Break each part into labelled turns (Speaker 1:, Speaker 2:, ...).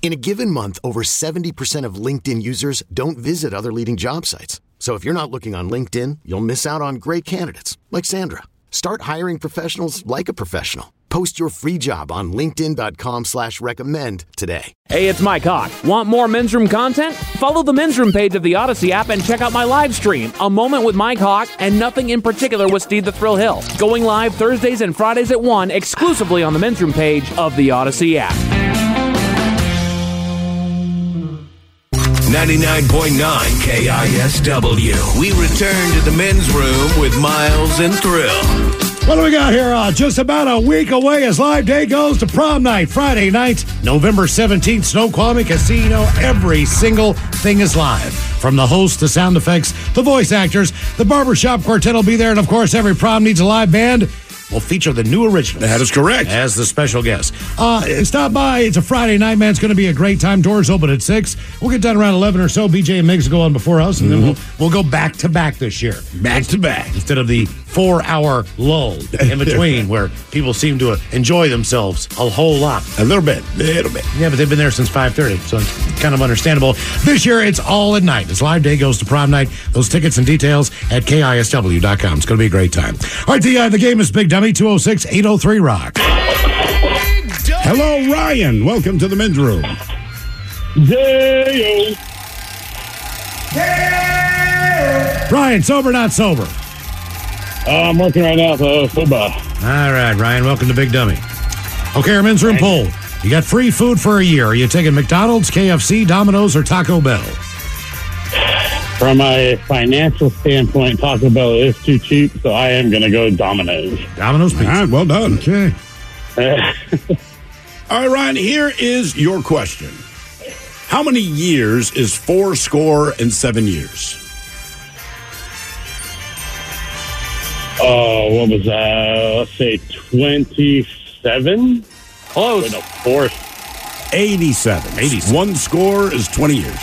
Speaker 1: In a given month, over 70% of LinkedIn users don't visit other leading job sites. So if you're not looking on LinkedIn, you'll miss out on great candidates like Sandra. Start hiring professionals like a professional. Post your free job on linkedin.com slash recommend today.
Speaker 2: Hey, it's Mike Hawk. Want more men's room content? Follow the men's room page of the Odyssey app and check out my live stream, A Moment with Mike Hawk and Nothing in Particular with Steve the Thrill Hill. Going live Thursdays and Fridays at 1 exclusively on the men's room page of the Odyssey app.
Speaker 3: 99.9 KISW. We return to the men's room with Miles and Thrill.
Speaker 4: What do we got here? Uh, just about a week away as Live Day goes to prom night, Friday night, November 17th, Snoqualmie Casino. Every single thing is live. From the host, the sound effects, the voice actors, the barbershop quartet will be there, and of course, every prom needs a live band. Will feature the new original.
Speaker 5: That is correct.
Speaker 4: As the special guest. Uh, stop by. It's a Friday night, man. It's going to be a great time. Doors open at 6. We'll get done around 11 or so. BJ and Migs will go on before us, and then we'll, we'll go back to back this year
Speaker 5: Back to back.
Speaker 4: instead of the four hour lull in between where people seem to enjoy themselves a whole lot.
Speaker 5: A little bit. Little bit.
Speaker 4: Yeah, but they've been there since 5.30, so it's kind of understandable. This year, it's all at night. It's live day goes to prom night. Those tickets and details at KISW.com. It's going to be a great time. All right, the, uh, the game is Big Dummy, 206-803-ROCK.
Speaker 5: Hello, Ryan. Welcome to the men's room.
Speaker 4: Ryan, sober, not sober.
Speaker 6: Uh, I'm working right now for football.
Speaker 4: All right, Ryan, welcome to Big Dummy. Okay, our men's room poll. You got free food for a year. Are you taking McDonald's, KFC, Domino's, or Taco Bell?
Speaker 6: From a financial standpoint, Taco Bell is too cheap, so I am going to go Domino's.
Speaker 4: Domino's
Speaker 5: All
Speaker 4: pizza.
Speaker 5: right, well done.
Speaker 4: Okay.
Speaker 5: All right, Ryan, here is your question How many years is four score and seven years?
Speaker 6: Oh, what was that? Let's say 27? Wait,
Speaker 2: Close.
Speaker 6: no, four.
Speaker 5: 87. 87. One score is 20 years.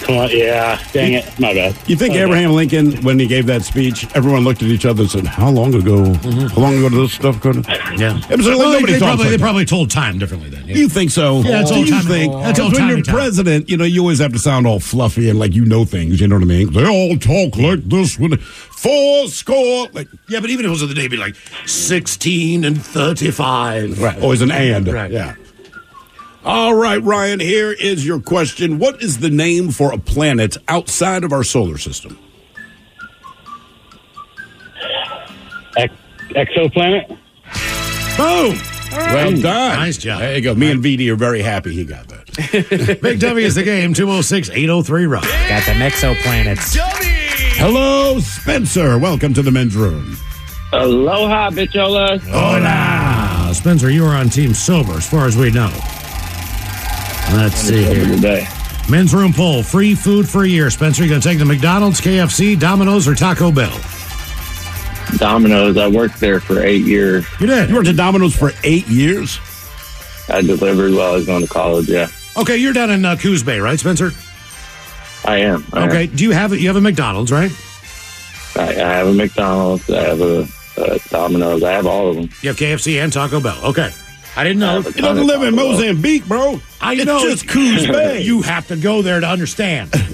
Speaker 6: Come on, yeah. Dang it. My bad.
Speaker 5: You
Speaker 4: Oh,
Speaker 5: think
Speaker 6: My bad.
Speaker 5: Abraham Lincoln, when he gave that speech, everyone looked at each other and said, How long ago? How long ago did this stuff go down?
Speaker 4: Yeah.
Speaker 5: It was like
Speaker 4: Well,
Speaker 5: nobody
Speaker 4: they, they
Speaker 5: talks
Speaker 4: probably,
Speaker 5: like
Speaker 4: they
Speaker 5: that.
Speaker 4: probably told time differently then. Yeah.
Speaker 5: You think so?
Speaker 4: Yeah, it's
Speaker 5: Do
Speaker 4: old
Speaker 5: you
Speaker 4: timey-
Speaker 5: think?
Speaker 4: that's
Speaker 5: Because
Speaker 4: old
Speaker 5: when
Speaker 4: timey
Speaker 5: you're
Speaker 4: time.
Speaker 5: president, you know you always have to sound all fluffy and like you know things. You know what I mean? They all talk like this when four score. Like
Speaker 4: Yeah, but even if it was of the day, it'd be like 16 and 35.
Speaker 5: right, always an and.
Speaker 4: Right.
Speaker 5: Yeah. All right, Ryan. Here is your question. What is the name for a planet outside of our solar system?
Speaker 6: Ex- exoplanet?
Speaker 5: Boom. Well done.
Speaker 4: Nice job.
Speaker 5: There you go. Me and VD are very happy he got that.
Speaker 4: Big W is the game, 206 803 Rock.
Speaker 7: Got them exoplanets.
Speaker 5: Hello, Spencer. Welcome to the men's room.
Speaker 6: Aloha, bitchola.
Speaker 4: Hola! Ah, Spencer, you are on Team Sober, as far as we know. Let's see here.
Speaker 6: Good day.
Speaker 4: Men's room poll free food for a year. Spencer, you going to take the McDonald's, KFC, Domino's, or Taco Bell?
Speaker 6: Domino's. I worked there for eight years.
Speaker 4: You did.
Speaker 5: You worked at Domino's for eight years.
Speaker 6: I delivered while I was going to college, yeah.
Speaker 4: Okay, you're down in uh, Coos Bay, right, Spencer?
Speaker 6: I am. I am.
Speaker 4: Okay. Do you have You have a McDonald's, right?
Speaker 6: I, I have a McDonald's. I have a, a Domino's. I have all of them.
Speaker 4: You have KFC and Taco Bell. Okay. I didn't know.
Speaker 6: I have a
Speaker 5: You don't
Speaker 6: ton of
Speaker 5: live in
Speaker 6: Taco Bell.
Speaker 5: Mozambique, bro.
Speaker 4: I
Speaker 5: It's
Speaker 4: know.
Speaker 5: just Coos Bay.
Speaker 4: You have to go there to understand.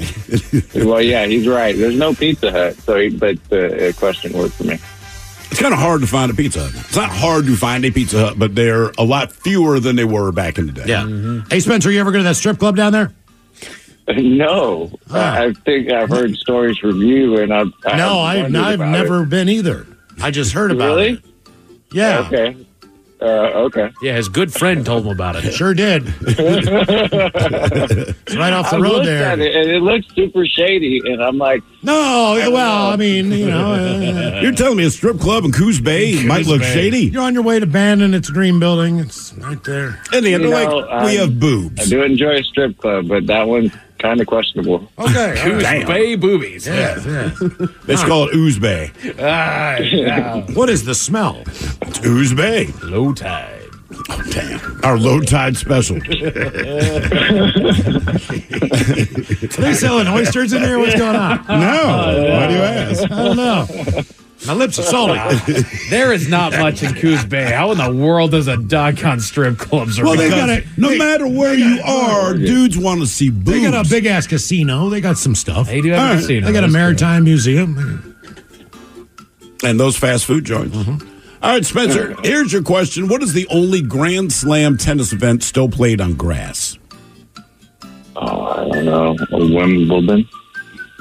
Speaker 6: Well, yeah, he's right. There's no Pizza Hut, so he, but the uh, question worked for me.
Speaker 5: It's kind of hard to find a Pizza Hut. It's not hard to find a Pizza Hut, but they're a lot fewer than they were back in the day.
Speaker 4: Yeah.
Speaker 6: Mm-hmm.
Speaker 4: Hey, Spencer, you ever go to that strip club down there?
Speaker 6: no, I I think I've heard stories from you, and I've I've
Speaker 4: Ah. no, I've,
Speaker 6: wondered
Speaker 4: I've
Speaker 6: about
Speaker 4: never been either. I just heard
Speaker 6: It.
Speaker 4: about
Speaker 6: Really?
Speaker 4: it. Yeah.
Speaker 6: Okay. Uh, okay.
Speaker 2: Yeah, his good friend told him about it.
Speaker 4: Sure did. it's right off
Speaker 6: I
Speaker 4: the road
Speaker 6: looked
Speaker 4: there.
Speaker 6: at it, and it looks super shady, and I'm like,
Speaker 4: No, well, I mean, you know, uh,
Speaker 5: You're telling me a strip club in Coos Bay might look shady?
Speaker 4: you're on your way to Bandon. It's a dream building. It's right there.
Speaker 5: And the
Speaker 6: You
Speaker 5: end, they're
Speaker 6: know,
Speaker 5: like,
Speaker 6: I'm-
Speaker 5: we have
Speaker 6: I
Speaker 5: boobs.
Speaker 6: do enjoy a strip club, but that one's kind of questionable.
Speaker 4: Okay. all right.
Speaker 2: Bay boobies.
Speaker 4: Yes, yes.
Speaker 5: Let's call it Ooze Bay.
Speaker 7: Ah,
Speaker 4: What is the smell?
Speaker 5: It's Ooze Bay. Oh,
Speaker 2: Low tide.
Speaker 5: Damn. Our low tide special.
Speaker 4: Are they selling oysters in here? What's going on?
Speaker 5: No.
Speaker 4: Oh,
Speaker 5: Why do you ask?
Speaker 4: I don't know. My lips are salty.
Speaker 7: There is not much in Coos Bay. How in the world does a duck on strip clubs? Or
Speaker 5: Well, they
Speaker 4: Because
Speaker 5: got it. No
Speaker 4: they-
Speaker 5: matter where you are, dudes want to see boobs.
Speaker 4: They got a big ass casino. They got some stuff.
Speaker 7: They do have a
Speaker 4: All
Speaker 7: casino.
Speaker 4: They got a
Speaker 7: That's
Speaker 4: maritime museum.
Speaker 5: and those fast food joints. All right, Spencer. Here's your question: What is the only Grand Slam tennis event still played on grass?
Speaker 6: Oh, I don't know. Wimbledon?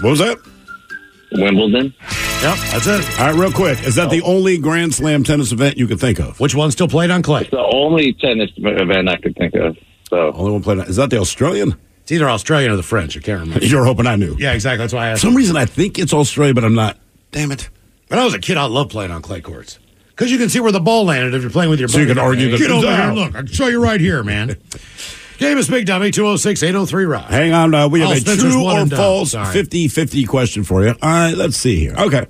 Speaker 5: What was that?
Speaker 6: Wimbledon?
Speaker 4: Yep, that's it.
Speaker 5: All right, real quick. Is that the only Grand Slam tennis event you could think of?
Speaker 4: Which one still played on clay?
Speaker 6: It's the only tennis event I could think of. So
Speaker 5: Only one played. on- Is that the Australian?
Speaker 4: It's either Australian or the French. I can't remember.
Speaker 5: You're hoping I knew.
Speaker 4: Yeah, exactly. That's why I
Speaker 5: For
Speaker 4: asked.
Speaker 5: some reason, I think it's Australia, but I'm not. Damn it.
Speaker 4: When I was a kid, I loved playing on clay courts because you can see where the ball landed if you're playing with your.
Speaker 5: So you
Speaker 4: buddy.
Speaker 5: can argue that
Speaker 4: Get
Speaker 5: it was
Speaker 4: over here.
Speaker 5: out.
Speaker 4: Look, I can show you right here, man. Game is big dummy 206-803 rock.
Speaker 5: Hang on. Uh, we have
Speaker 4: Oh,
Speaker 5: a
Speaker 4: Spencer's
Speaker 5: true
Speaker 4: one
Speaker 5: or
Speaker 4: and done.
Speaker 5: false
Speaker 4: Sorry.
Speaker 5: 50 50 question for you. All right, let's see here. Okay.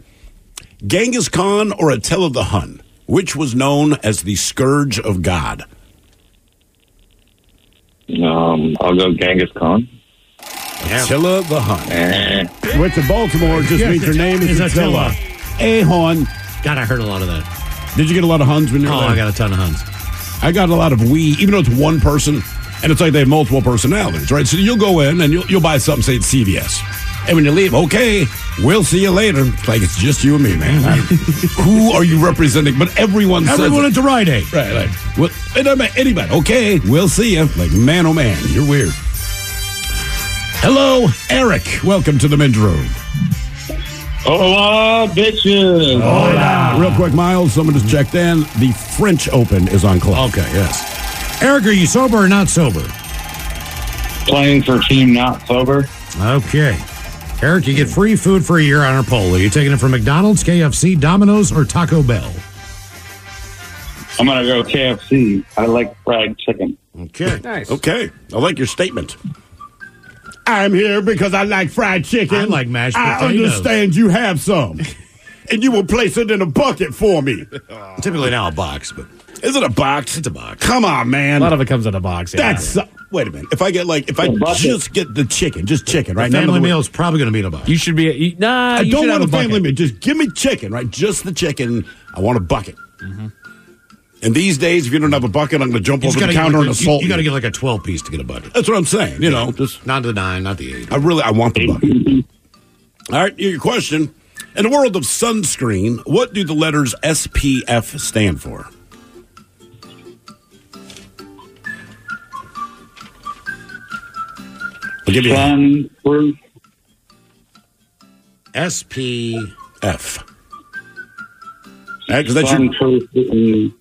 Speaker 5: Genghis Khan or Attila the Hun? Which was known as the Scourge of God?
Speaker 6: um, I'll go Genghis Khan.
Speaker 5: Attila the Hun.
Speaker 6: Eh.
Speaker 5: Went to Baltimore just
Speaker 4: Yes,
Speaker 5: means your name is
Speaker 4: it's Attila.
Speaker 5: Attila. A Hun.
Speaker 4: God, I heard a lot of that.
Speaker 5: Did you get a lot of Huns when you were
Speaker 4: Oh,
Speaker 5: there?
Speaker 4: I got a ton of huns.
Speaker 5: I got a lot of we, even though it's one person, and it's like they have multiple personalities, right? So you'll go in and you'll, you'll buy something, say it's CVS. And when you leave, okay, we'll see you later. It's like it's just you and me, man. I- Who are you representing? But everyone says
Speaker 4: Everyone
Speaker 5: it.
Speaker 4: at the Rite Aid.
Speaker 5: Right, like, well, it doesn't matter. Anybody, okay, we'll see you. Like, man, oh man, you're weird. Hello, Eric. Welcome to the men's room.
Speaker 6: Hola, bitches.
Speaker 5: Real quick, Miles, someone just checked in. The French Open is on club.
Speaker 4: Okay, yes. Eric, are you sober or not sober?
Speaker 6: Playing for Team Not Sober.
Speaker 4: Okay. Eric, you get free food for a year on our poll. Are you taking it from McDonald's, KFC, Domino's, or Taco Bell?
Speaker 6: I'm going to go KFC. I like fried chicken.
Speaker 4: Okay.
Speaker 2: Nice.
Speaker 5: Okay, I like your statement. I'm here because I like fried chicken.
Speaker 4: I like mashed
Speaker 5: I
Speaker 4: potatoes.
Speaker 5: understand you have some, and you will place it in a bucket for me.
Speaker 4: Typically now a box, but
Speaker 5: Is it a box? It's a
Speaker 4: box.
Speaker 5: Come on, man.
Speaker 7: a lot of it comes in a box. Yeah.
Speaker 5: That's wait a minute. If I get like if I
Speaker 6: A bucket.
Speaker 5: just get the chicken, just chicken, right? None of
Speaker 4: family
Speaker 5: the-
Speaker 4: meal Uh, is probably going to be in a box.
Speaker 7: you should be. You, nah,
Speaker 5: I
Speaker 7: you
Speaker 5: don't
Speaker 7: should
Speaker 5: want
Speaker 7: have
Speaker 5: a
Speaker 7: bucket.
Speaker 5: family meal. Just give me chicken, right? Just the chicken. I want a bucket. And these days, if you don't have a bucket, I'm going to jump
Speaker 4: You
Speaker 5: over Mm-hmm. the
Speaker 4: gotta get
Speaker 5: counter
Speaker 4: like
Speaker 5: and
Speaker 4: a- you-
Speaker 5: assault
Speaker 4: You, got to
Speaker 5: you.
Speaker 4: get like a 12 piece to get a bucket.
Speaker 5: That's what I'm saying. You know, just
Speaker 4: Not the nine, not the eight.
Speaker 5: I really I want the bucket. All right, your question. In the world of sunscreen, what do the letters SPF stand for? I'll give you a
Speaker 6: Sunproof.
Speaker 4: SP.
Speaker 5: F. All right, 'cause that's your
Speaker 6: Sunproof.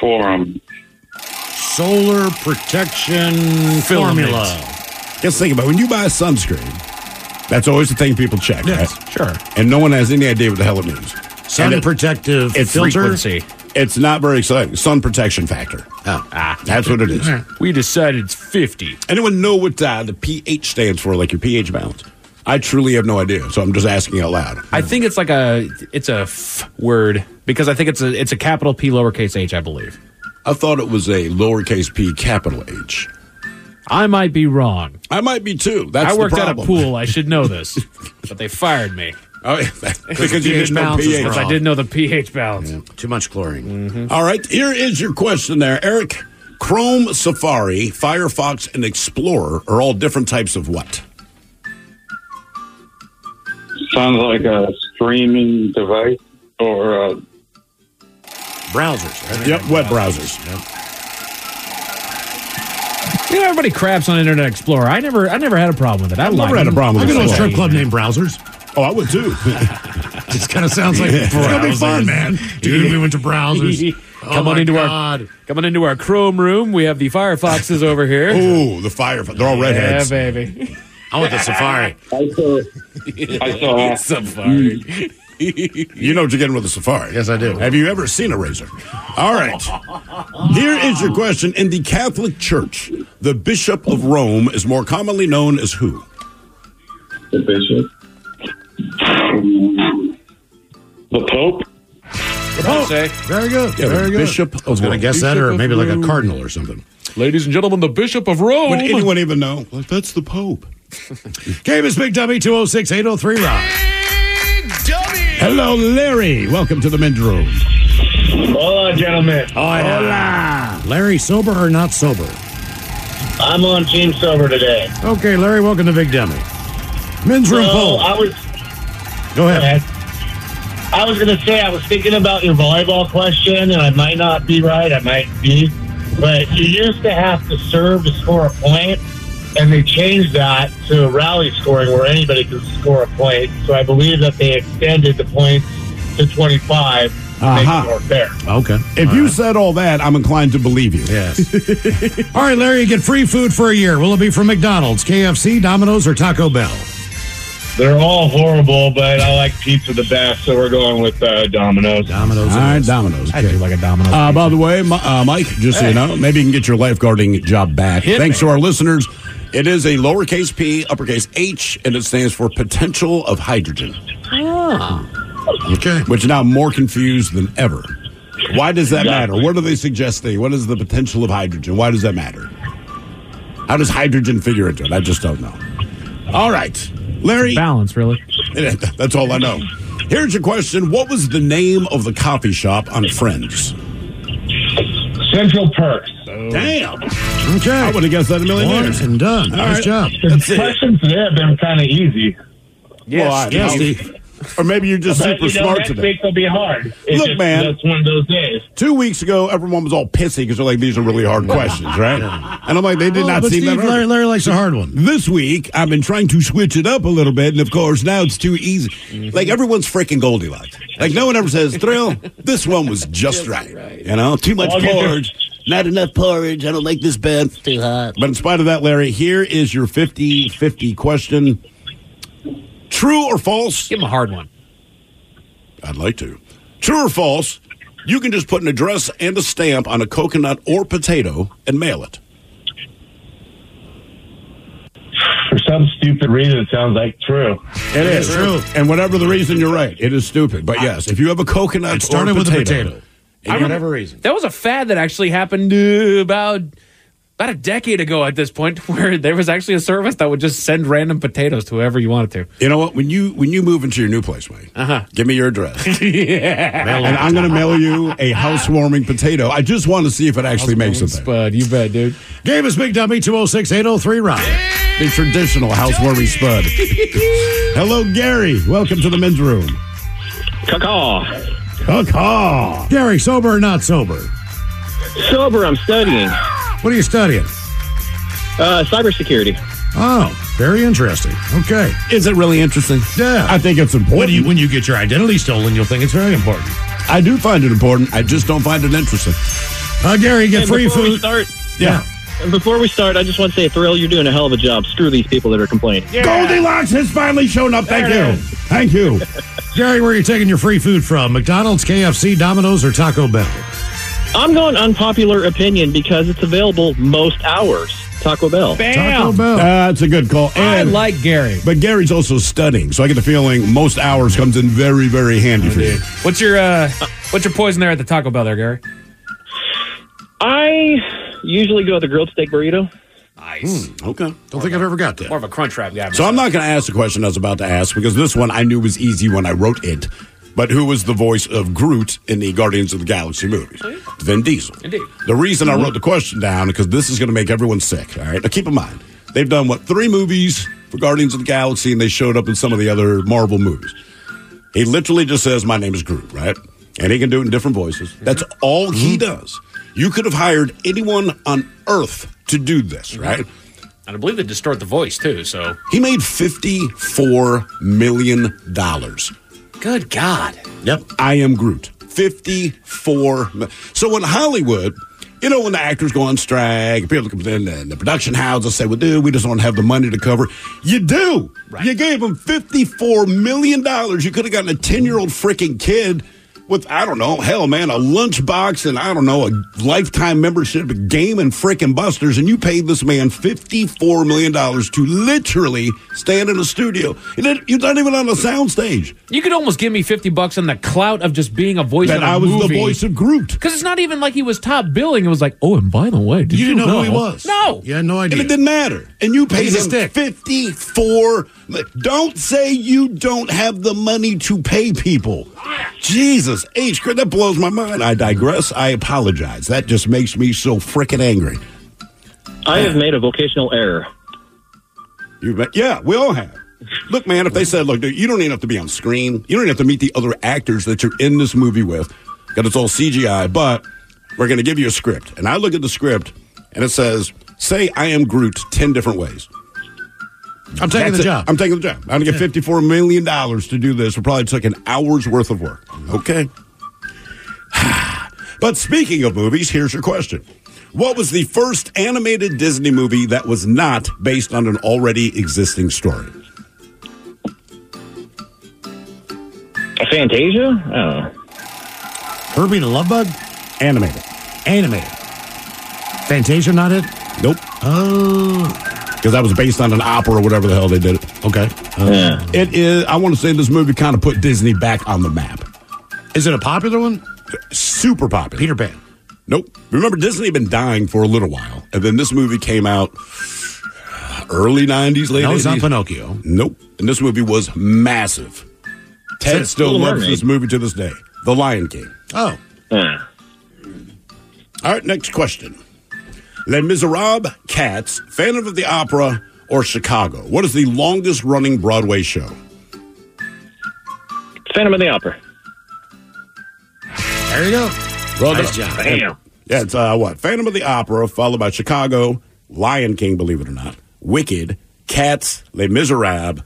Speaker 6: Forum.
Speaker 4: Solar Protection
Speaker 7: Filament.
Speaker 4: Formula.
Speaker 5: just think about it. when you buy sunscreen. That's always the thing people check.
Speaker 4: Yes,
Speaker 5: right?
Speaker 7: Sure.
Speaker 5: And no one has any idea what the hell it means.
Speaker 4: Sun
Speaker 5: And it-
Speaker 4: Protective
Speaker 5: it's
Speaker 4: Filter.
Speaker 7: Frequency.
Speaker 5: It's not very exciting. Sun protection factor.
Speaker 4: Oh.
Speaker 7: Ah,
Speaker 5: That's what it is.
Speaker 7: we decided it's fifty.
Speaker 5: Anyone know what uh, the pH stands for, like your pH balance? I truly have no idea, so I'm just asking out loud.
Speaker 7: I think it's like a it's a f word because I think it's a it's a capital P lowercase h. I believe.
Speaker 5: I thought it was a lowercase p, capital H.
Speaker 7: I might be wrong.
Speaker 5: I might be too. That's
Speaker 7: I
Speaker 5: the
Speaker 7: worked at a
Speaker 5: problem.
Speaker 7: pool. I should know this, but they fired me
Speaker 5: Oh, yeah. because you
Speaker 4: pH
Speaker 5: didn't know
Speaker 4: balance is
Speaker 5: pH.
Speaker 7: because I
Speaker 4: Wrong.
Speaker 7: didn't know the pH balance. Mm-hmm.
Speaker 4: Too much chlorine.
Speaker 5: All right, here is your question there, Eric. Chrome, Safari, Firefox, and Explorer are all different types of what?
Speaker 6: Sounds like a streaming device or uh, a
Speaker 4: Browsers. right?
Speaker 5: Yep, web browsers.
Speaker 7: You know, everybody craps on Internet Explorer. I never I never had a problem with it. I
Speaker 5: never
Speaker 7: liked
Speaker 5: had
Speaker 7: it.
Speaker 5: a problem with
Speaker 4: I
Speaker 7: I
Speaker 4: go to a
Speaker 7: could
Speaker 4: strip
Speaker 7: always
Speaker 4: club named Browsers.
Speaker 5: Oh, I would too.
Speaker 4: Just kind of sounds like it's
Speaker 5: gonna be fun, man.
Speaker 4: Dude, we went to Browsers. Oh
Speaker 7: Come on into our come on into our Chrome room. We have the Firefoxes over here.
Speaker 5: Ooh, the Firefox. They're all redheads.
Speaker 7: Yeah, baby.
Speaker 4: I want the Safari.
Speaker 6: I saw. I saw.
Speaker 8: Mm.
Speaker 7: Safari.
Speaker 5: You know what you're getting with a Safari.
Speaker 4: Yes, I do.
Speaker 5: Have you ever seen a razor? All right. Here is your question. In the Catholic Church, the Bishop of Rome is more commonly known as who?
Speaker 6: The bishop. The Pope.
Speaker 7: I say?
Speaker 4: Very good.
Speaker 5: Yeah, the
Speaker 4: very good.
Speaker 5: Bishop of
Speaker 4: I was going to
Speaker 5: Rome.
Speaker 4: guess that,
Speaker 7: Bishop
Speaker 4: or
Speaker 7: of
Speaker 4: maybe like a
Speaker 7: Rome.
Speaker 4: cardinal or something.
Speaker 7: Ladies and gentlemen, the Bishop of Rome.
Speaker 5: Would anyone even know? Like, that's the Pope.
Speaker 4: Gamus Big Dummy 206 803 Rock. Hello, Larry. Welcome to the men's room.
Speaker 6: Hola, gentlemen.
Speaker 4: Hola. Larry, sober or not sober?
Speaker 6: I'm on Team Sober today.
Speaker 4: Okay, Larry, welcome to Big Dummy. Men's room
Speaker 6: So
Speaker 4: poll.
Speaker 6: I was.
Speaker 4: Go ahead.
Speaker 6: I was going to say I was thinking about your volleyball question, and I might not be right. I might be, but you used to have to serve to score a point, and they changed that to rally scoring, where anybody can score a point. So I believe that they extended the points to twenty-five to
Speaker 5: Aha.
Speaker 6: make
Speaker 4: Uh-huh.
Speaker 6: it more fair.
Speaker 4: Okay.
Speaker 5: If you said all that, I'm inclined to believe you.
Speaker 4: Yes. All right, Larry, you get free food for a year. Will it be from McDonald's, KFC, Domino's, or Taco Bell?
Speaker 6: They're all horrible, but I like pizza the best, so we're going with uh, Domino's.
Speaker 4: Domino's.
Speaker 5: All right, Domino's.
Speaker 2: I do like a domino.
Speaker 5: Uh, by the way, Mi- uh, Mike, just so you know, maybe you can get your lifeguarding job back. Thanks to our listeners. It is a lowercase p, uppercase h, and it stands for potential of hydrogen,
Speaker 4: Okay.
Speaker 5: which is now more confused than ever. Why does that matter? What are they suggesting? What is the potential of hydrogen? Why does that matter? How does hydrogen figure into it? I just don't know. All right, Larry.
Speaker 2: Balance, really.
Speaker 5: That's all I know. Here's your question What was the name of the coffee shop on Friends?
Speaker 6: Central Perks.
Speaker 5: Damn.
Speaker 4: Oh. Okay.
Speaker 5: I would have guessed that a million
Speaker 4: Once
Speaker 5: years.
Speaker 4: and done.
Speaker 5: All
Speaker 4: nice
Speaker 5: right.
Speaker 4: job.
Speaker 5: That's it.
Speaker 6: Questions there have been kind of easy.
Speaker 5: Well, I-
Speaker 4: yes,
Speaker 5: I'll-
Speaker 4: Steve.
Speaker 5: Or maybe you're just
Speaker 6: But,
Speaker 5: super
Speaker 6: you know,
Speaker 5: smart
Speaker 6: next
Speaker 5: today.
Speaker 6: week will be hard. It's
Speaker 5: Look,
Speaker 6: just-
Speaker 5: man.
Speaker 6: That's one of those days.
Speaker 5: Two weeks ago, everyone was all pissy because they're like, these are really hard questions, right? And I'm like, they did
Speaker 4: Oh,
Speaker 5: not
Speaker 4: but
Speaker 5: seem
Speaker 4: Steve,
Speaker 5: that hard.
Speaker 4: Larry, Larry likes a hard one.
Speaker 5: This week, I've been trying to switch it up a little bit, and of course, now it's too easy. Like, everyone's freaking Goldilocks. Like, no one ever says, Thrill, this one was just right. You know, too much
Speaker 6: I'll get your-
Speaker 5: porridge, not enough porridge. I don't like this bed. Too hot. But in spite of that, Larry, here is your 50 50 question True or false?
Speaker 7: Give him a hard one.
Speaker 5: I'd like to. True or false? You can just put an address and a stamp on a coconut or potato and mail it.
Speaker 6: For some stupid reason, it sounds like true.
Speaker 5: It is true. And whatever the reason, you're right. It is stupid. But yes, if you have a coconut,
Speaker 4: It started
Speaker 5: or
Speaker 4: with a
Speaker 5: potato,
Speaker 4: potato.
Speaker 5: and you-
Speaker 4: whatever reason.
Speaker 7: That was a fad that actually happened uh, about about a decade ago at this point, where there was actually a service that would just send random potatoes to whoever you wanted to.
Speaker 5: You know what? When you when you move into your new place, Mike, uh-huh. give me your address, and I'm going to mail you a housewarming potato. I just want to see if it actually makes something.
Speaker 7: Spud, you bet, dude.
Speaker 4: Game is Big Dummy 206 803 Rock.
Speaker 5: The traditional housewarming spud. Hello, Gary. Welcome to the men's room.
Speaker 8: Caw.
Speaker 5: Caw.
Speaker 4: Gary, sober or not sober?
Speaker 8: Sober, I'm studying
Speaker 4: What are you studying?
Speaker 8: uh, cybersecurity.
Speaker 4: Oh, very interesting. Okay.
Speaker 5: Is it really interesting?
Speaker 4: Yeah.
Speaker 5: I think it's important.
Speaker 4: when you get your identity stolen, you'll think it's very important.
Speaker 5: I do find it important. I just don't find it interesting.
Speaker 4: Uh, Gary, you get
Speaker 8: And
Speaker 4: free
Speaker 8: before we
Speaker 4: food.
Speaker 8: start,
Speaker 4: Yeah.
Speaker 8: before we start, I just want to say, Thrill, you're doing a hell of a job. Screw these people that are complaining.
Speaker 5: Goldilocks has finally shown up. Thank you. Thank you.
Speaker 4: Gary, where are you taking your free food from? McDonald's, KFC, Domino's, or Taco Bell?
Speaker 8: I'm going unpopular opinion because it's available most hours. Taco Bell.
Speaker 4: Taco
Speaker 7: Bam!
Speaker 4: Bell.
Speaker 5: Uh, that's a good call.
Speaker 7: I
Speaker 5: And-
Speaker 7: like Gary.
Speaker 5: but Gary's also studying, so I get the feeling most hours comes in very, very handy for you.
Speaker 7: What's your uh, what's your poison there at the Taco Bell, there, Gary?
Speaker 8: I usually go with a grilled steak burrito.
Speaker 7: Nice.
Speaker 5: Hmm, Okay.
Speaker 4: Don't think I've ever got
Speaker 7: More
Speaker 4: that.
Speaker 7: of a crunch wrap guy.
Speaker 5: So I'm not going to ask the question I was about to ask because this one I knew was easy when I wrote it. But who was the voice of Groot in the Guardians of the Galaxy movies? Vin Diesel.
Speaker 7: Oh, Indeed. Mm-hmm.
Speaker 5: The reason I wrote the question down because this is going to make everyone sick. All right. Now keep in mind they've done what three movies for Guardians of the Galaxy, and they showed up in some of the other Marvel movies. He literally just says, My name is Groot, right? And he can do it in different voices. That's all
Speaker 7: Mm-hmm.
Speaker 5: he does. You could have hired anyone on earth to do this, right?
Speaker 7: And I believe they distort Mm-hmm. the voice too. So
Speaker 5: He made $54 million.
Speaker 7: good God.
Speaker 5: Yep. I am Groot. 54. mi- So in Hollywood, you know, when the actors go on strike, people come in, and the production houses say, well, dude, we just don't have the money to cover. You do. You gave them $54 million. You could have gotten a 10 year old freaking kid with, I don't know, hell, man, a lunchbox and, I don't know, a lifetime membership, a game and freaking busters. And you paid this man $54 million to literally stand in a studio. And it- You're not even on a soundstage.
Speaker 7: You could almost give me fifty bucks on the clout of just being a voice.
Speaker 5: That
Speaker 7: in a
Speaker 5: I was the
Speaker 7: movie.
Speaker 5: voice of Groot.
Speaker 7: Because it's not even like he was top billing. It was like, oh, and by the way, did you,
Speaker 5: didn't know
Speaker 7: know
Speaker 5: who he was.
Speaker 7: No,
Speaker 4: You had no idea.
Speaker 5: And it didn't matter. And you paid
Speaker 4: He's a
Speaker 5: him
Speaker 4: stick.
Speaker 5: 54. Don't say you don't have the money to pay people. Jesus H. Christ, That blows my mind. I digress. I apologize. That just makes me so freaking angry.
Speaker 8: I have made a vocational error.
Speaker 5: You bet. Yeah, we all have. Look, man, if they said, look, dude, you don't even have to be on screen. You don't even have to meet the other actors that you're in this movie with because it's all CGI, but we're going to give you a script. And I look at the script and it says, say I am Groot 10 different ways.
Speaker 4: I'm taking
Speaker 5: That's
Speaker 4: the
Speaker 5: it.
Speaker 4: job.
Speaker 5: I'm taking the job. I'm going to get $54 million to do this. It probably took an hour's worth of work. Okay. but speaking of movies, here's your question. What was the first animated Disney movie that was not based on an already existing story?
Speaker 8: Fantasia? I don't know.
Speaker 4: Herbie the Love Bug?
Speaker 5: Animated.
Speaker 4: Animated. Fantasia not it?
Speaker 5: Nope.
Speaker 4: Oh.
Speaker 5: Because that was based on an opera or whatever the hell they did it.
Speaker 4: Okay. Uh,
Speaker 8: Yeah.
Speaker 5: It is, I want to say this movie kind of put Disney back on the map.
Speaker 4: Is it a popular one?
Speaker 5: Super popular.
Speaker 4: Peter Pan.
Speaker 5: Nope. Remember, Disney had been dying for a little while, and then this movie came out early '90s, late
Speaker 4: No, it's not
Speaker 5: '80s.
Speaker 4: Pinocchio.
Speaker 5: nope. And this movie was massive. Ted
Speaker 4: It's
Speaker 5: still
Speaker 8: Little
Speaker 5: loves
Speaker 8: Mermaid.
Speaker 5: this movie to this day. The Lion King. Hmm.
Speaker 4: Oh.
Speaker 8: Yeah.
Speaker 5: All right, next question. Les Miserables, Cats, Phantom of the Opera, or Chicago? What is the longest running Broadway show?
Speaker 8: Phantom of the Opera.
Speaker 4: There you go.
Speaker 5: Well
Speaker 4: Nice job.
Speaker 8: Damn.
Speaker 5: Yeah, it's uh, what? Phantom of the Opera, followed by Chicago, Lion King, believe it or not, Wicked, Cats, Les Miserables,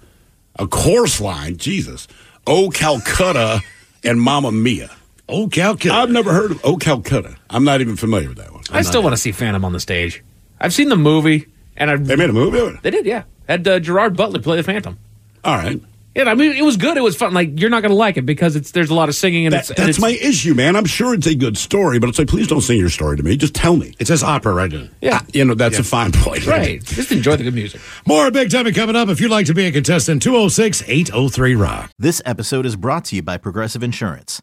Speaker 5: A Course Line, Jesus, Oh Calcutta, and Mamma Mia.
Speaker 4: Oh, Calcutta.
Speaker 5: I've never heard of Oh Calcutta. I'm not even familiar with that one.
Speaker 7: I still want to see Phantom on the stage. I've seen the movie, and I
Speaker 5: They made a movie of it?
Speaker 7: they did, yeah. Had uh, Gerard Butler play the Phantom.
Speaker 5: All right.
Speaker 7: Yeah, I mean, it was good. It was fun. Like you're not gonna like it because it's there's a lot of singing and
Speaker 5: That-
Speaker 7: it's and it's-
Speaker 5: that's my issue, man. I'm sure it's a good story, but it's like, please don't sing your story to me. Just tell me.
Speaker 4: It says opera right there.
Speaker 7: yeah.
Speaker 5: You know, that's a fine point.
Speaker 7: Right. Just enjoy the good music.
Speaker 4: More Big Time coming up. If you'd like to be a contestant, 206 803 Rock.
Speaker 9: This episode is brought to you by Progressive Insurance.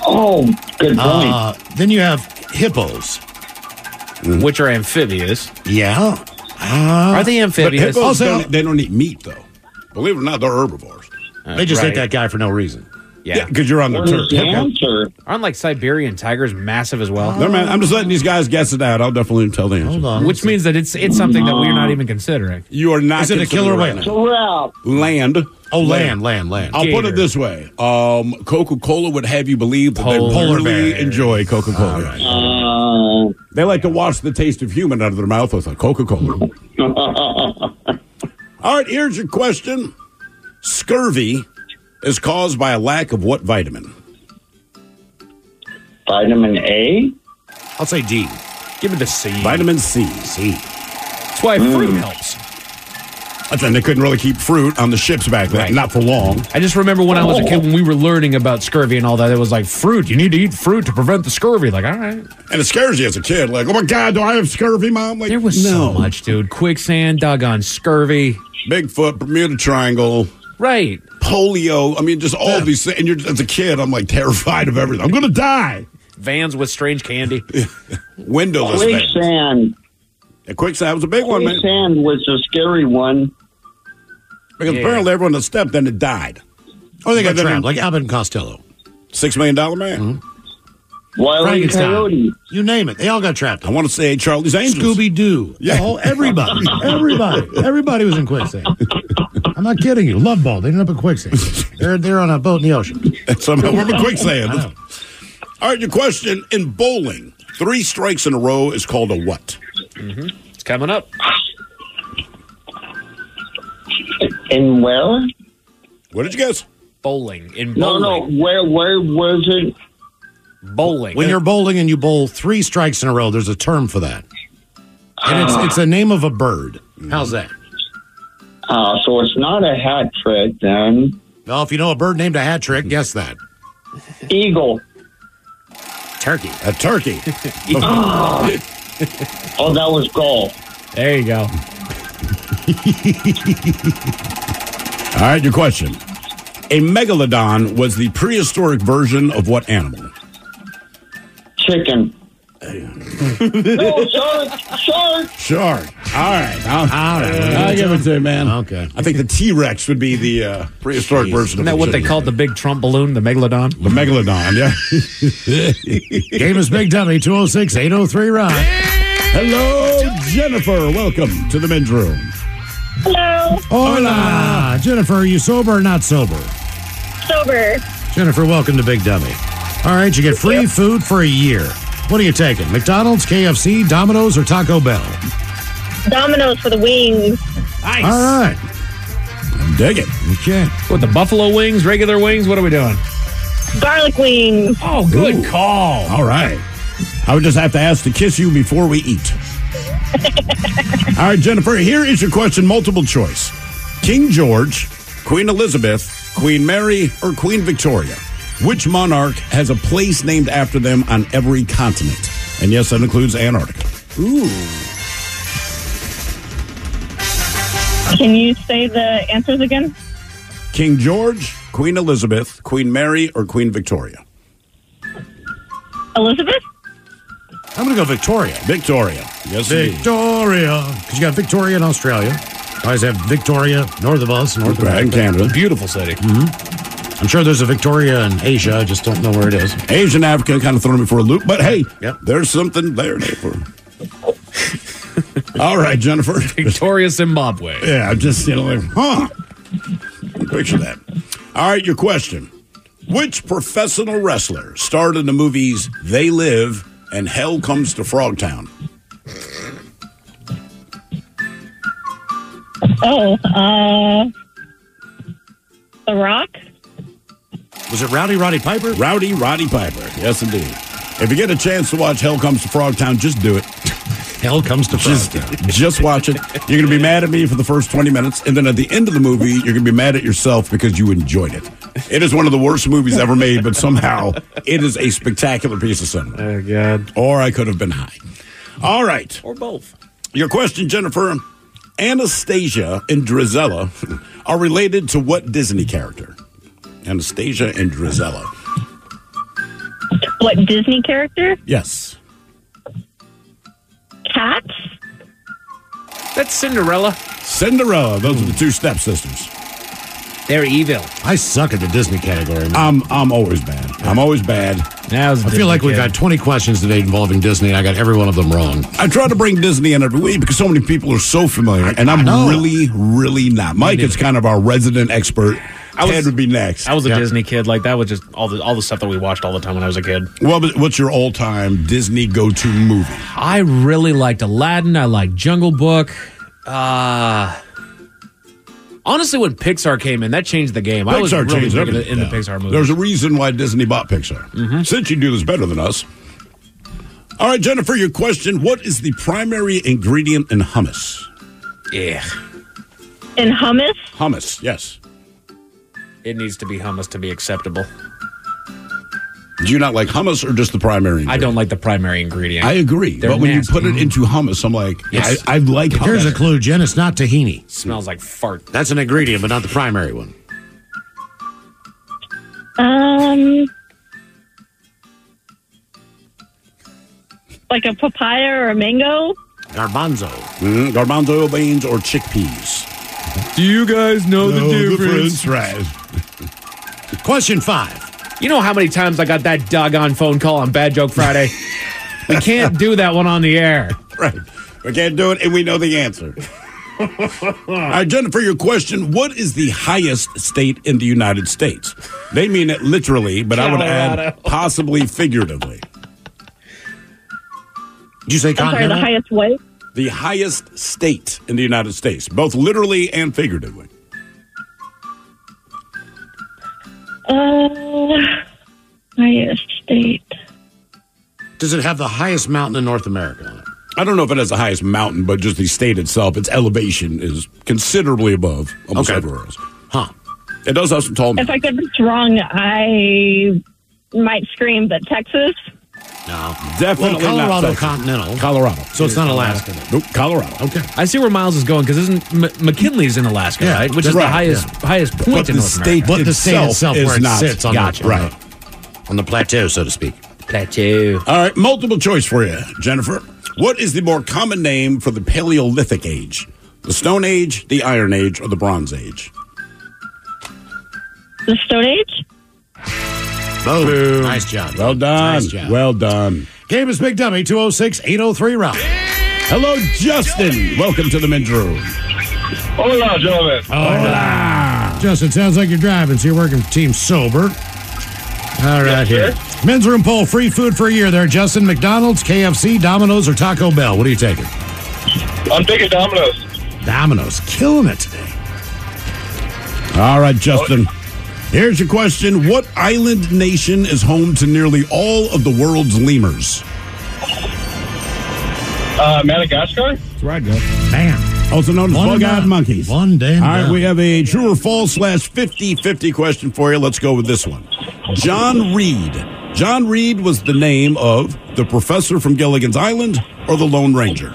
Speaker 10: Oh, good
Speaker 4: Uh, then you have hippos.
Speaker 7: Which are amphibious.
Speaker 4: Yeah.
Speaker 7: are they amphibious?
Speaker 5: Uh-huh. But hippos don't, e-, they don't eat meat, though. Believe it or not, they're herbivores.
Speaker 4: They just ate that guy for no reason.
Speaker 7: Yeah,
Speaker 5: because you're on the turf.
Speaker 7: Aren't like Siberian tigers massive as well?
Speaker 5: No, man, I'm just letting these guys guess it out. I'll definitely tell the answer. Hold
Speaker 4: on.
Speaker 7: Which means that it's it's something that we're not even considering.
Speaker 5: You are not. considering right now.
Speaker 10: Corral.
Speaker 5: Land.
Speaker 4: Oh, land, land, land.
Speaker 5: I'll put
Speaker 4: Gator.
Speaker 5: it this way: um, Coca Cola would have you believe that they
Speaker 4: Polar
Speaker 5: really enjoy Coca Cola. they like to wash the taste of human out of their mouth with a Coca Cola. All right, here's your question: Scurvy is caused by a lack of what vitamin?
Speaker 10: Vitamin A?
Speaker 4: I'll say D.
Speaker 7: Give me the C.
Speaker 5: Vitamin C. C.
Speaker 7: That's why
Speaker 10: Mm.
Speaker 7: fruit helps.
Speaker 5: That's and they couldn't really keep fruit on the ships back then, not for long.
Speaker 7: I just remember when I was a kid, when we were learning about scurvy and all that, it was like fruit. You need to eat fruit to prevent the scurvy. Like, all right.
Speaker 5: And it scares you as a kid. Like, oh my God, do I have scurvy, Mom? Like, there was
Speaker 7: So much, dude. Quicksand, doggone scurvy.
Speaker 5: Bigfoot, Bermuda Triangle.
Speaker 7: Right.
Speaker 5: Polio. I mean, just all these things. And you're, as a kid, I'm like terrified of everything. I'm going to die.
Speaker 7: Vans with strange candy.
Speaker 5: Windowless. Quicksand.
Speaker 10: Sand.
Speaker 5: Quicksand was a big one, man.
Speaker 10: Sand was a scary one.
Speaker 5: Because
Speaker 10: Yeah.
Speaker 5: apparently everyone that stepped in it died. Oh, they got trapped,
Speaker 4: like Abbott and Costello. Mm-hmm.
Speaker 5: Six million dollar man.
Speaker 10: Wile
Speaker 5: E.
Speaker 4: Frankenstein.
Speaker 5: Coyote.
Speaker 4: You name it. They all got trapped. I
Speaker 5: want to say Charlie's Angels.
Speaker 4: Scooby Doo.
Speaker 5: Yeah.
Speaker 4: Yeah. Whole, everybody. everybody. Everybody was in quicksand. I'm not kidding you. Love Boat. They ended up in quicksand. They're, they're on a boat in the ocean.
Speaker 5: Somehow we're in quicksand.
Speaker 4: I know.
Speaker 5: All right, your question in bowling: three strikes in a row is called a what?
Speaker 7: It's coming up.
Speaker 10: In where?
Speaker 5: What did you guess?
Speaker 7: Bowling. In
Speaker 10: No,
Speaker 7: bowling.
Speaker 10: no. Where where was it?
Speaker 7: Bowling.
Speaker 4: When you're bowling and you bowl three strikes in a row, there's a term for that. And it's it's a name of a bird. How's that?
Speaker 10: Uh, so it's not a hat trick then.
Speaker 4: Well, if you know a bird named a hat trick, guess that.
Speaker 10: Eagle.
Speaker 4: Turkey.
Speaker 5: A turkey.
Speaker 10: oh, that was golf.
Speaker 7: There you go.
Speaker 5: All right, your question: a megalodon was the prehistoric version of what animal?
Speaker 10: Chicken. no, shark, shark.
Speaker 5: Shark. All right, I'll,
Speaker 4: All right.
Speaker 5: I'll give it to you, man.
Speaker 4: Okay.
Speaker 5: I think the T Rex would be the uh, prehistoric
Speaker 7: Isn't
Speaker 5: version. of
Speaker 7: that
Speaker 5: it.
Speaker 7: what they called the big Trump balloon, the megalodon?
Speaker 5: The megalodon, yeah.
Speaker 4: Game is Big Dummy, 206 803 Rock.
Speaker 5: Hello, Jennifer. Welcome to the men's room.
Speaker 11: Hello,
Speaker 4: Hola. Jennifer, are you sober or not sober?
Speaker 11: sober.
Speaker 4: Jennifer, welcome to Big Dummy. All right, you get free food for a year. What are you taking? McDonald's, KFC, Domino's, or Taco Bell?
Speaker 11: Domino's for the wings.
Speaker 7: Nice.
Speaker 4: All right.
Speaker 5: Dig it.
Speaker 4: Okay.
Speaker 7: With the buffalo wings, regular wings, what are we doing?
Speaker 11: Garlic wings.
Speaker 7: Oh, good call.
Speaker 5: All right. I would just have to ask to kiss you before we eat. All right, Jennifer, here is your question multiple choice King George, Queen Elizabeth, Queen Mary, or Queen Victoria? Which monarch has a place named after them on every continent? And yes, that includes Antarctica.
Speaker 7: Ooh.
Speaker 11: Can you say the answers again?
Speaker 5: King George, Queen Elizabeth, Queen Mary, or Queen Victoria?
Speaker 11: Elizabeth?
Speaker 4: I'm going to go Victoria.
Speaker 5: Victoria. Yes, indeed.
Speaker 4: Victoria. Because you got Victoria in Australia. Always have Victoria north of us, north of
Speaker 5: Right, in Canada. Mm-hmm.
Speaker 7: Beautiful city.
Speaker 4: I'm sure there's a Victoria in Asia. I just don't know where it is.
Speaker 5: Asian Africa kind of thrown me for a loop, but hey,
Speaker 4: Yep.
Speaker 5: there's something there. for. All right, Jennifer.
Speaker 7: Victoria, Zimbabwe.
Speaker 5: Yeah, I'm just, you know, like, huh. Picture that. All right, your question. Which professional wrestler starred in the movies They Live and Hell Comes to Frogtown?
Speaker 11: Oh, uh, The Rock?
Speaker 4: Was it Rowdy Roddy Piper?
Speaker 5: Rowdy Roddy Piper. Yes, indeed. If you get a chance to watch Hell Comes to Frogtown, just do it.
Speaker 4: Hell comes to
Speaker 5: Just,
Speaker 4: Frogtown.
Speaker 5: just watch it. You're going to be mad at me for the first 20 minutes, and then at the end of the movie, you're going to be mad at yourself because you enjoyed it. It is one of the worst movies ever made, but somehow it is a spectacular piece of cinema.
Speaker 7: Oh, God.
Speaker 5: or I could have been high. All right.
Speaker 7: Or both.
Speaker 5: Your question, Jennifer. Anastasia and Drizella are related to what Disney character? Anastasia and Drizella.
Speaker 11: What Disney character?
Speaker 5: Yes.
Speaker 11: Cats?
Speaker 7: That's Cinderella.
Speaker 5: Cinderella. Those are the two stepsisters.
Speaker 7: They're evil.
Speaker 4: I suck at the Disney category. Man.
Speaker 5: I'm I'm always bad. I'm always bad.
Speaker 7: Now
Speaker 4: I feel like we've got 20 questions today involving Disney, and I got every one of them wrong.
Speaker 5: I try to bring Disney in every week because so many people are so familiar, and I'm
Speaker 4: know.
Speaker 5: really, really not. Mike is kind of our resident expert.
Speaker 7: I was-
Speaker 5: Ted would be next.
Speaker 7: I was a
Speaker 4: Yeah.
Speaker 7: Disney kid. Like that was just all the all the stuff that we watched all the time when I was a kid.
Speaker 5: What- what's your all-time Disney go-to movie?
Speaker 7: I really liked Aladdin. I liked Jungle Book. Uh Honestly, when Pixar came in, that changed the game. I was
Speaker 5: Pixar
Speaker 7: really
Speaker 5: changed
Speaker 7: big in the,
Speaker 5: everything.
Speaker 7: in the
Speaker 5: Yeah.
Speaker 7: Pixar movies. Mm-hmm.
Speaker 5: There's a reason why Disney bought Pixar. Since you do this better than us. All right, Jennifer, your question. What is the primary ingredient in hummus?
Speaker 7: Yeah.
Speaker 11: In hummus?
Speaker 5: Hummus, yes.
Speaker 7: It needs to be hummus to be acceptable.
Speaker 5: Do you not like hummus or just the primary ingredient?
Speaker 7: I don't like the primary ingredient.
Speaker 5: I agree.
Speaker 7: They're
Speaker 5: but when
Speaker 7: nasty.
Speaker 5: you put it into hummus, I'm like,
Speaker 7: Yes.
Speaker 5: I, I like hummus.
Speaker 4: Here's a clue, Jen. It's not tahini.
Speaker 7: Smells like fart.
Speaker 4: That's an ingredient, but not the primary one.
Speaker 11: Um, like a papaya or a mango?
Speaker 7: Mm-hmm.
Speaker 5: Garbanzo. Mm, garbanzo beans or chickpeas. Oh,
Speaker 7: Do you guys know,
Speaker 5: the
Speaker 7: difference?
Speaker 5: Right. Question five.
Speaker 7: You know how many times I got that doggone phone call on Bad Joke Friday? we can't do that one on the air.
Speaker 5: Right. We can't do it, and we know Oh, the answer. All right, Jennifer, your question What is the highest state in the United States? They mean it literally, but I would
Speaker 7: Colorado.
Speaker 5: add possibly figuratively. Did you say
Speaker 11: I'm sorry, the highest what?
Speaker 5: the highest state in the United States, both literally and figuratively.
Speaker 11: Uh, highest state.
Speaker 5: Does it have the highest mountain in North America? I don't know if it has the highest mountain, but just the state itself, its elevation is considerably above almost everywhere else. Huh. It does have some tall
Speaker 11: If I get this wrong, I might scream, but Texas?
Speaker 5: No, definitely
Speaker 4: Well, Colorado
Speaker 5: not
Speaker 4: continental.
Speaker 5: Colorado,
Speaker 4: So it's not Alaska.
Speaker 5: Nope, Colorado.
Speaker 4: Okay.
Speaker 7: I see where Miles is going because isn't M- McKinley's in Alaska,
Speaker 4: Yeah,
Speaker 7: right? Which is
Speaker 4: right,
Speaker 7: the highest highest point in North America.
Speaker 4: but the state itself where it
Speaker 5: not-
Speaker 4: sits on
Speaker 5: Gotcha.
Speaker 4: the
Speaker 5: Right.
Speaker 4: on the plateau, so to speak.
Speaker 7: Plateau.
Speaker 5: All right, multiple choice for you, Jennifer. What is the more common name for the Paleolithic Age? The Stone Age, the Iron Age, or the Bronze Age?
Speaker 11: The Stone Age?
Speaker 4: Boom. Nice job.
Speaker 5: Well done.
Speaker 4: Nice job.
Speaker 5: Well done.
Speaker 4: Game is Big Dummy 206 803 round.
Speaker 5: Hello, Justin. Welcome to the men's room.
Speaker 6: Oh,
Speaker 4: Hola, gentlemen. Hola. Justin, sounds like you're driving, so you're working for Team Sober. All right, here. Men's room poll free food for a year there, Justin. McDonald's, KFC, Domino's, or Taco Bell? What are you taking?
Speaker 6: I'm taking Domino's.
Speaker 4: Domino's, killing it today.
Speaker 5: All right, Justin. Here's your question What island nation is home to nearly all of the world's lemurs?
Speaker 6: Uh, Madagascar?
Speaker 5: That's right, guys.
Speaker 4: Man.
Speaker 5: Also known as
Speaker 4: One
Speaker 5: bug eyed
Speaker 4: down.
Speaker 5: monkeys.
Speaker 4: One damn
Speaker 5: All right,
Speaker 4: down.
Speaker 5: we have a true or false slash 50 50 question for you. Let's go with this one. John Reed. John Reed was the name of the professor from Gilligan's Island or the Lone Ranger?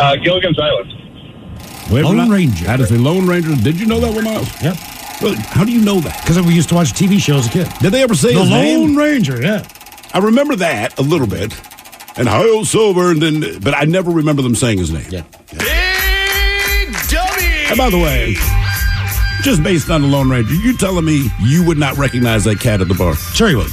Speaker 6: Uh, Gilligan's Island.
Speaker 5: Lone Ranger. That is the Lone Ranger. Did you know that one, Miles? Yep. Really, how do you know that?
Speaker 4: Because we used to watch TV show as a kid.
Speaker 5: Did they ever say
Speaker 4: the
Speaker 5: his
Speaker 4: Lone
Speaker 5: name?
Speaker 4: Ranger, yeah.
Speaker 5: I remember that a little bit, and how old sober, and then, but I never remember them saying his name. Yeah. And by the way, just based on the Lone Ranger, you telling me you would not recognize that cat at the bar?
Speaker 4: Sure he would.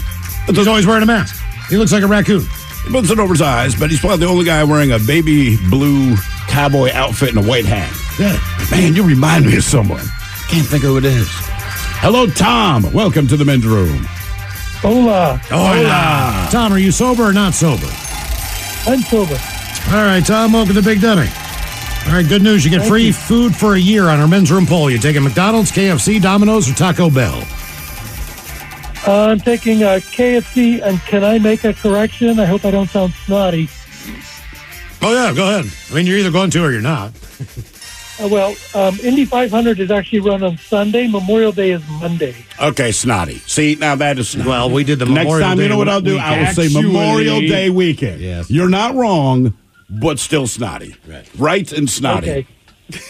Speaker 4: He's always wearing a mask. He looks like a raccoon.
Speaker 5: He puts it over his eyes, but he's probably the only guy wearing a baby blue cowboy outfit and a white hat.
Speaker 4: Yeah.
Speaker 5: Man, you remind me of someone. Can't think of who it is. Hello, Tom. Welcome to the men's room.
Speaker 4: Hola. Hola. Tom, are you sober or not sober?
Speaker 12: I'm sober.
Speaker 4: All right, Tom, welcome to Big Dummy. All right, good news. You get free food for a year on our men's room poll. You're taking McDonald's, KFC, Domino's, or Taco Bell?
Speaker 12: Uh, I'm taking uh, KFC, and can I make a correction? I hope I don't sound snotty.
Speaker 4: Oh, yeah, go ahead. I mean, you're either going to or you're not.
Speaker 12: Uh, well, um, Indy 500 is actually run on Sunday. Memorial Day is Monday.
Speaker 5: Okay, snotty. See, now that is snotty.
Speaker 4: Well, we did the
Speaker 5: Next
Speaker 4: Memorial
Speaker 5: time, you
Speaker 4: Day
Speaker 5: know what I'll do? I will
Speaker 4: weekend.
Speaker 5: say Memorial
Speaker 4: Actually-
Speaker 5: Day weekend. Yes. You're not wrong, but still snotty. Right. and snotty.
Speaker 12: Okay,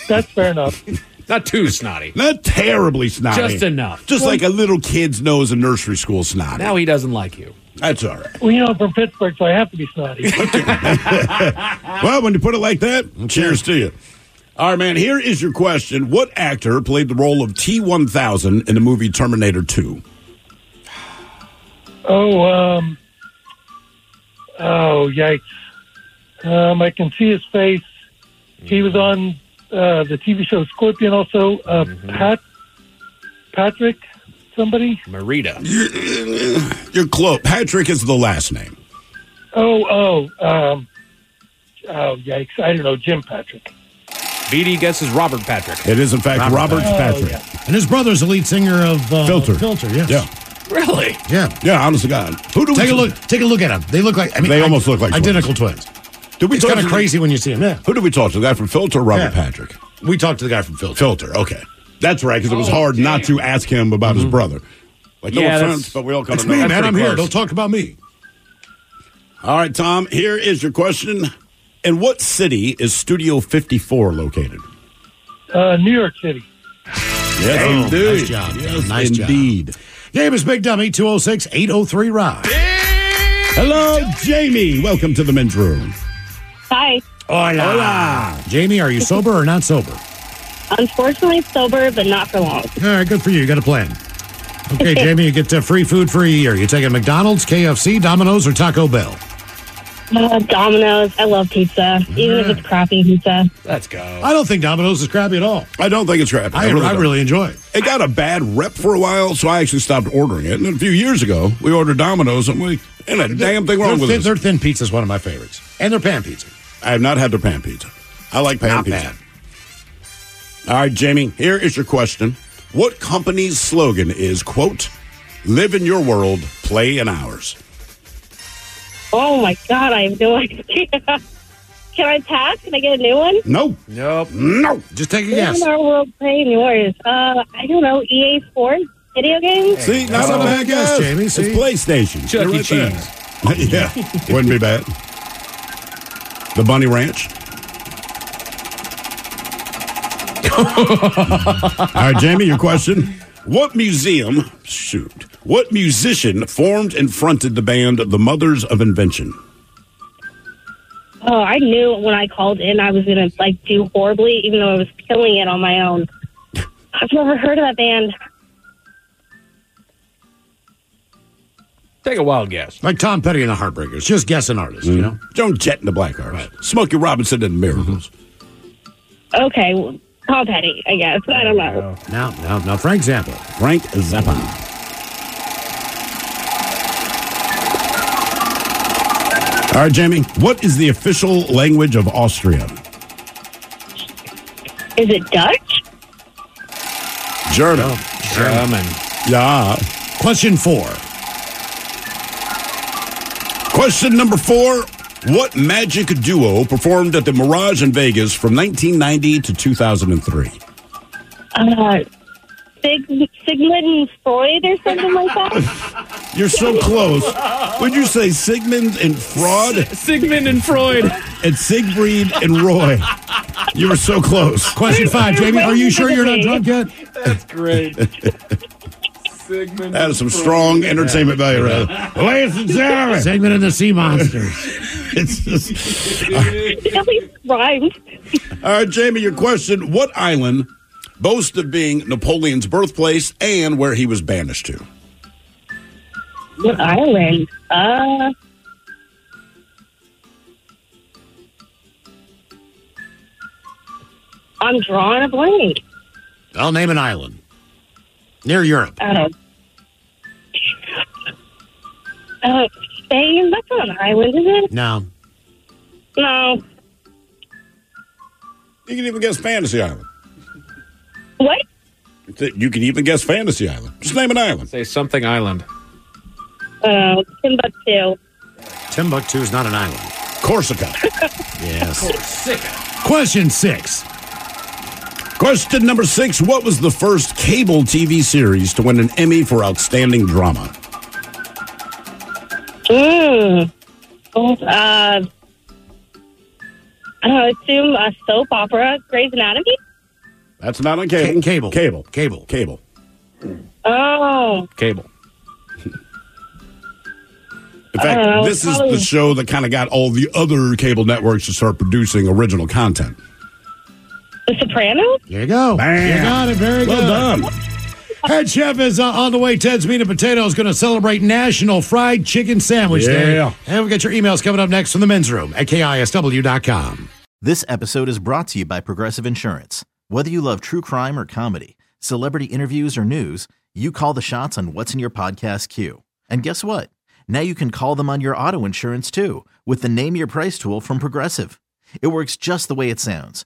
Speaker 12: that's fair enough.
Speaker 7: Not too snotty.
Speaker 5: Not terribly snotty.
Speaker 7: Just enough.
Speaker 5: Just like a little kid's nose in nursery school snotty.
Speaker 7: Now he doesn't like you.
Speaker 5: That's all right.
Speaker 12: Well, you know, I'm from Pittsburgh, so I have to be snotty.
Speaker 5: Well, when you put it like that, cheers to you. All right, man, here is your question. What actor played the role of T 1000 in the movie Terminator 2?
Speaker 12: oh, um, oh, yikes! Um, I can see his face. He was on uh, the TV show Scorpion, also. Uh,
Speaker 7: Mm-hmm.
Speaker 12: Pat, Patrick, somebody.
Speaker 7: Marita.
Speaker 5: You're close. Patrick is the last name.
Speaker 12: Oh, oh, um, oh, yikes! I don't know, Jim Patrick.
Speaker 7: BD guesses Robert Patrick.
Speaker 5: It is, in fact, Robert, Patrick.
Speaker 4: Oh, And his brother's the lead singer of uh,
Speaker 5: Filter.
Speaker 4: Filter, yes.
Speaker 5: Yeah.
Speaker 7: Really?
Speaker 4: Yeah.
Speaker 5: Yeah, honest to God. Who do we
Speaker 4: take a
Speaker 5: do-
Speaker 4: look? Take a look at them. They look like. I mean,
Speaker 5: They
Speaker 4: I-
Speaker 5: almost look like
Speaker 4: identical twins.
Speaker 5: Did we
Speaker 4: it's
Speaker 5: talk
Speaker 4: kind of
Speaker 5: to the-
Speaker 4: crazy when you see them. Yeah.
Speaker 5: Who did we talk to? The guy from Filter or Robert
Speaker 4: Yeah.
Speaker 5: Patrick?
Speaker 4: We talked to the guy from Filter.
Speaker 5: Filter, okay. That's right, because it was hard not to ask him about his brother. Like, no
Speaker 4: Oh, Mm-hmm. Yeah, that's-
Speaker 5: offense, but we all kind
Speaker 4: It's
Speaker 5: of
Speaker 4: me,
Speaker 5: know.
Speaker 4: man. I'm here. Don't
Speaker 5: talk about me. All right, Tom, here is your question. In what city is Studio 54 located?
Speaker 12: Uh, New York City.
Speaker 5: Yes,
Speaker 4: Oh,
Speaker 5: indeed.
Speaker 4: Nice job.
Speaker 5: Yes,
Speaker 4: nice
Speaker 5: indeed.
Speaker 4: job. Game is Big Dummy 206 803 Rock.
Speaker 5: Hello, Jamie. Welcome to the men's room.
Speaker 11: Hi.
Speaker 4: Hola. Jamie, are you sober or not sober?
Speaker 11: Unfortunately, sober, but not for long.
Speaker 4: All right, good for you. You got a plan. Okay, Jamie, you get uh, free food for a year. You taking McDonald's, KFC, Domino's, or Taco Bell?
Speaker 11: Uh, Domino's. I love pizza, even if it's crappy pizza.
Speaker 5: Mm. Let's go.
Speaker 4: I don't think Domino's is crappy at all.
Speaker 5: I don't think it's crappy.
Speaker 4: I- I
Speaker 5: don't.
Speaker 4: really enjoy it.
Speaker 5: It got a bad rep for a while, so I actually stopped ordering it. And then a few years ago, we ordered Domino's, and we ain't a damn thing wrong
Speaker 4: their
Speaker 5: with
Speaker 4: thin,
Speaker 5: it.
Speaker 4: Their thin pizza is one of my favorites, and their pan pizza.
Speaker 5: I have not had their pan pizza. I like pan
Speaker 4: Not
Speaker 5: pizza.
Speaker 4: bad.
Speaker 5: All right, Jamie, here is your question. What company's slogan is, quote, live in your world, play in ours?
Speaker 11: Oh my god, I have no idea. Can I pass? Can I get a new one?
Speaker 5: No.
Speaker 7: Nope.
Speaker 5: No. Just take
Speaker 11: In our world, playing yours. Uh, I don't know. EA Sports video games.
Speaker 5: See, not a bad guess, Jamie. It's PlayStation.
Speaker 7: Chuck E.
Speaker 5: You're there. yeah, wouldn't be bad. The Bunny Ranch. All right, Jamie, your question. What museum, shoot, what musician formed and fronted the band The Mothers of Invention?
Speaker 11: Oh, I knew when I called in I was gonna like do horribly, even though I was killing it on my own. I've never heard of that band.
Speaker 7: Take a wild guess.
Speaker 4: Like Tom Petty and the Heartbreakers. Just guess an artist, you know?
Speaker 5: Hmm. Joan Jett and the Blackhearts. Smokey Robinson and the Miracles.
Speaker 11: Okay, well, Tom Petty, I guess. I don't know.
Speaker 4: Now, now, now, Frank Zappa.
Speaker 5: Frank Zappa. All right, Jamie, what is the official language of Austria?
Speaker 11: Is it Dutch?
Speaker 5: German.
Speaker 7: German.
Speaker 5: Yeah.
Speaker 4: Question four.
Speaker 5: Question number four. What magic duo performed at the Mirage in Vegas from 1990 to 2003?
Speaker 11: Uh, Sig- Sigmund and Freud or something like that?
Speaker 5: You're so close. Would you say Sigmund and Fraud?
Speaker 7: Sigmund and Freud.
Speaker 5: And Siegfried and Roy. You were so close.
Speaker 4: Question five, Jamie. Are you sure you're not drunk yet?
Speaker 7: That's great. Sigmund.
Speaker 5: That is some strong entertainment value, right? there. Ladies and gentlemen.
Speaker 4: Segment of the Sea Monsters.
Speaker 5: It's just.
Speaker 11: At least rhymed.
Speaker 5: All right, Jamie, your question. What island boasts of being Napoleon's birthplace and where he was banished to?
Speaker 11: What island? Uh, I'm drawing a blank.
Speaker 4: I'll name an island near Europe.
Speaker 11: Uh, uh, Spain? That's not an island, is it?
Speaker 4: No.
Speaker 11: No.
Speaker 5: You can even guess Fantasy Island.
Speaker 11: What?
Speaker 5: You can even guess Fantasy Island. Just name an island.
Speaker 7: Say something island.
Speaker 11: Uh, Timbuktu.
Speaker 4: Timbuktu is not an island.
Speaker 5: Corsica.
Speaker 4: Yes. Question six.
Speaker 5: Question number six What was the first cable TV series to win an Emmy for Outstanding Drama?
Speaker 11: Mm. Oh, uh, I assume a uh, soap opera, Grey's Anatomy?
Speaker 5: That's not on cable.
Speaker 4: Cable.
Speaker 5: Cable.
Speaker 4: Cable.
Speaker 5: Cable.
Speaker 11: Oh.
Speaker 7: Cable.
Speaker 5: In fact,
Speaker 11: Uh,
Speaker 5: this is the
Speaker 11: probably-
Speaker 5: show that kind of got all the other cable networks to start producing original content.
Speaker 11: The Sopranos?
Speaker 4: There you go.
Speaker 5: Bam.
Speaker 4: You got it. Very
Speaker 5: Well
Speaker 4: good.
Speaker 5: done.
Speaker 4: Head chef is uh, on the way. Ted's Meat and Potato is going to celebrate National Fried Chicken Sandwich
Speaker 5: Yeah.
Speaker 4: Day. And we'll get your emails coming up next from the men's room at KISW.com.
Speaker 9: This episode is brought to you by Progressive Insurance. Whether you love true crime or comedy, celebrity interviews or news, you call the shots on what's in your podcast queue. And guess what? Now you can call them on your auto insurance too with the Name Your Price tool from Progressive. It works just the way it sounds.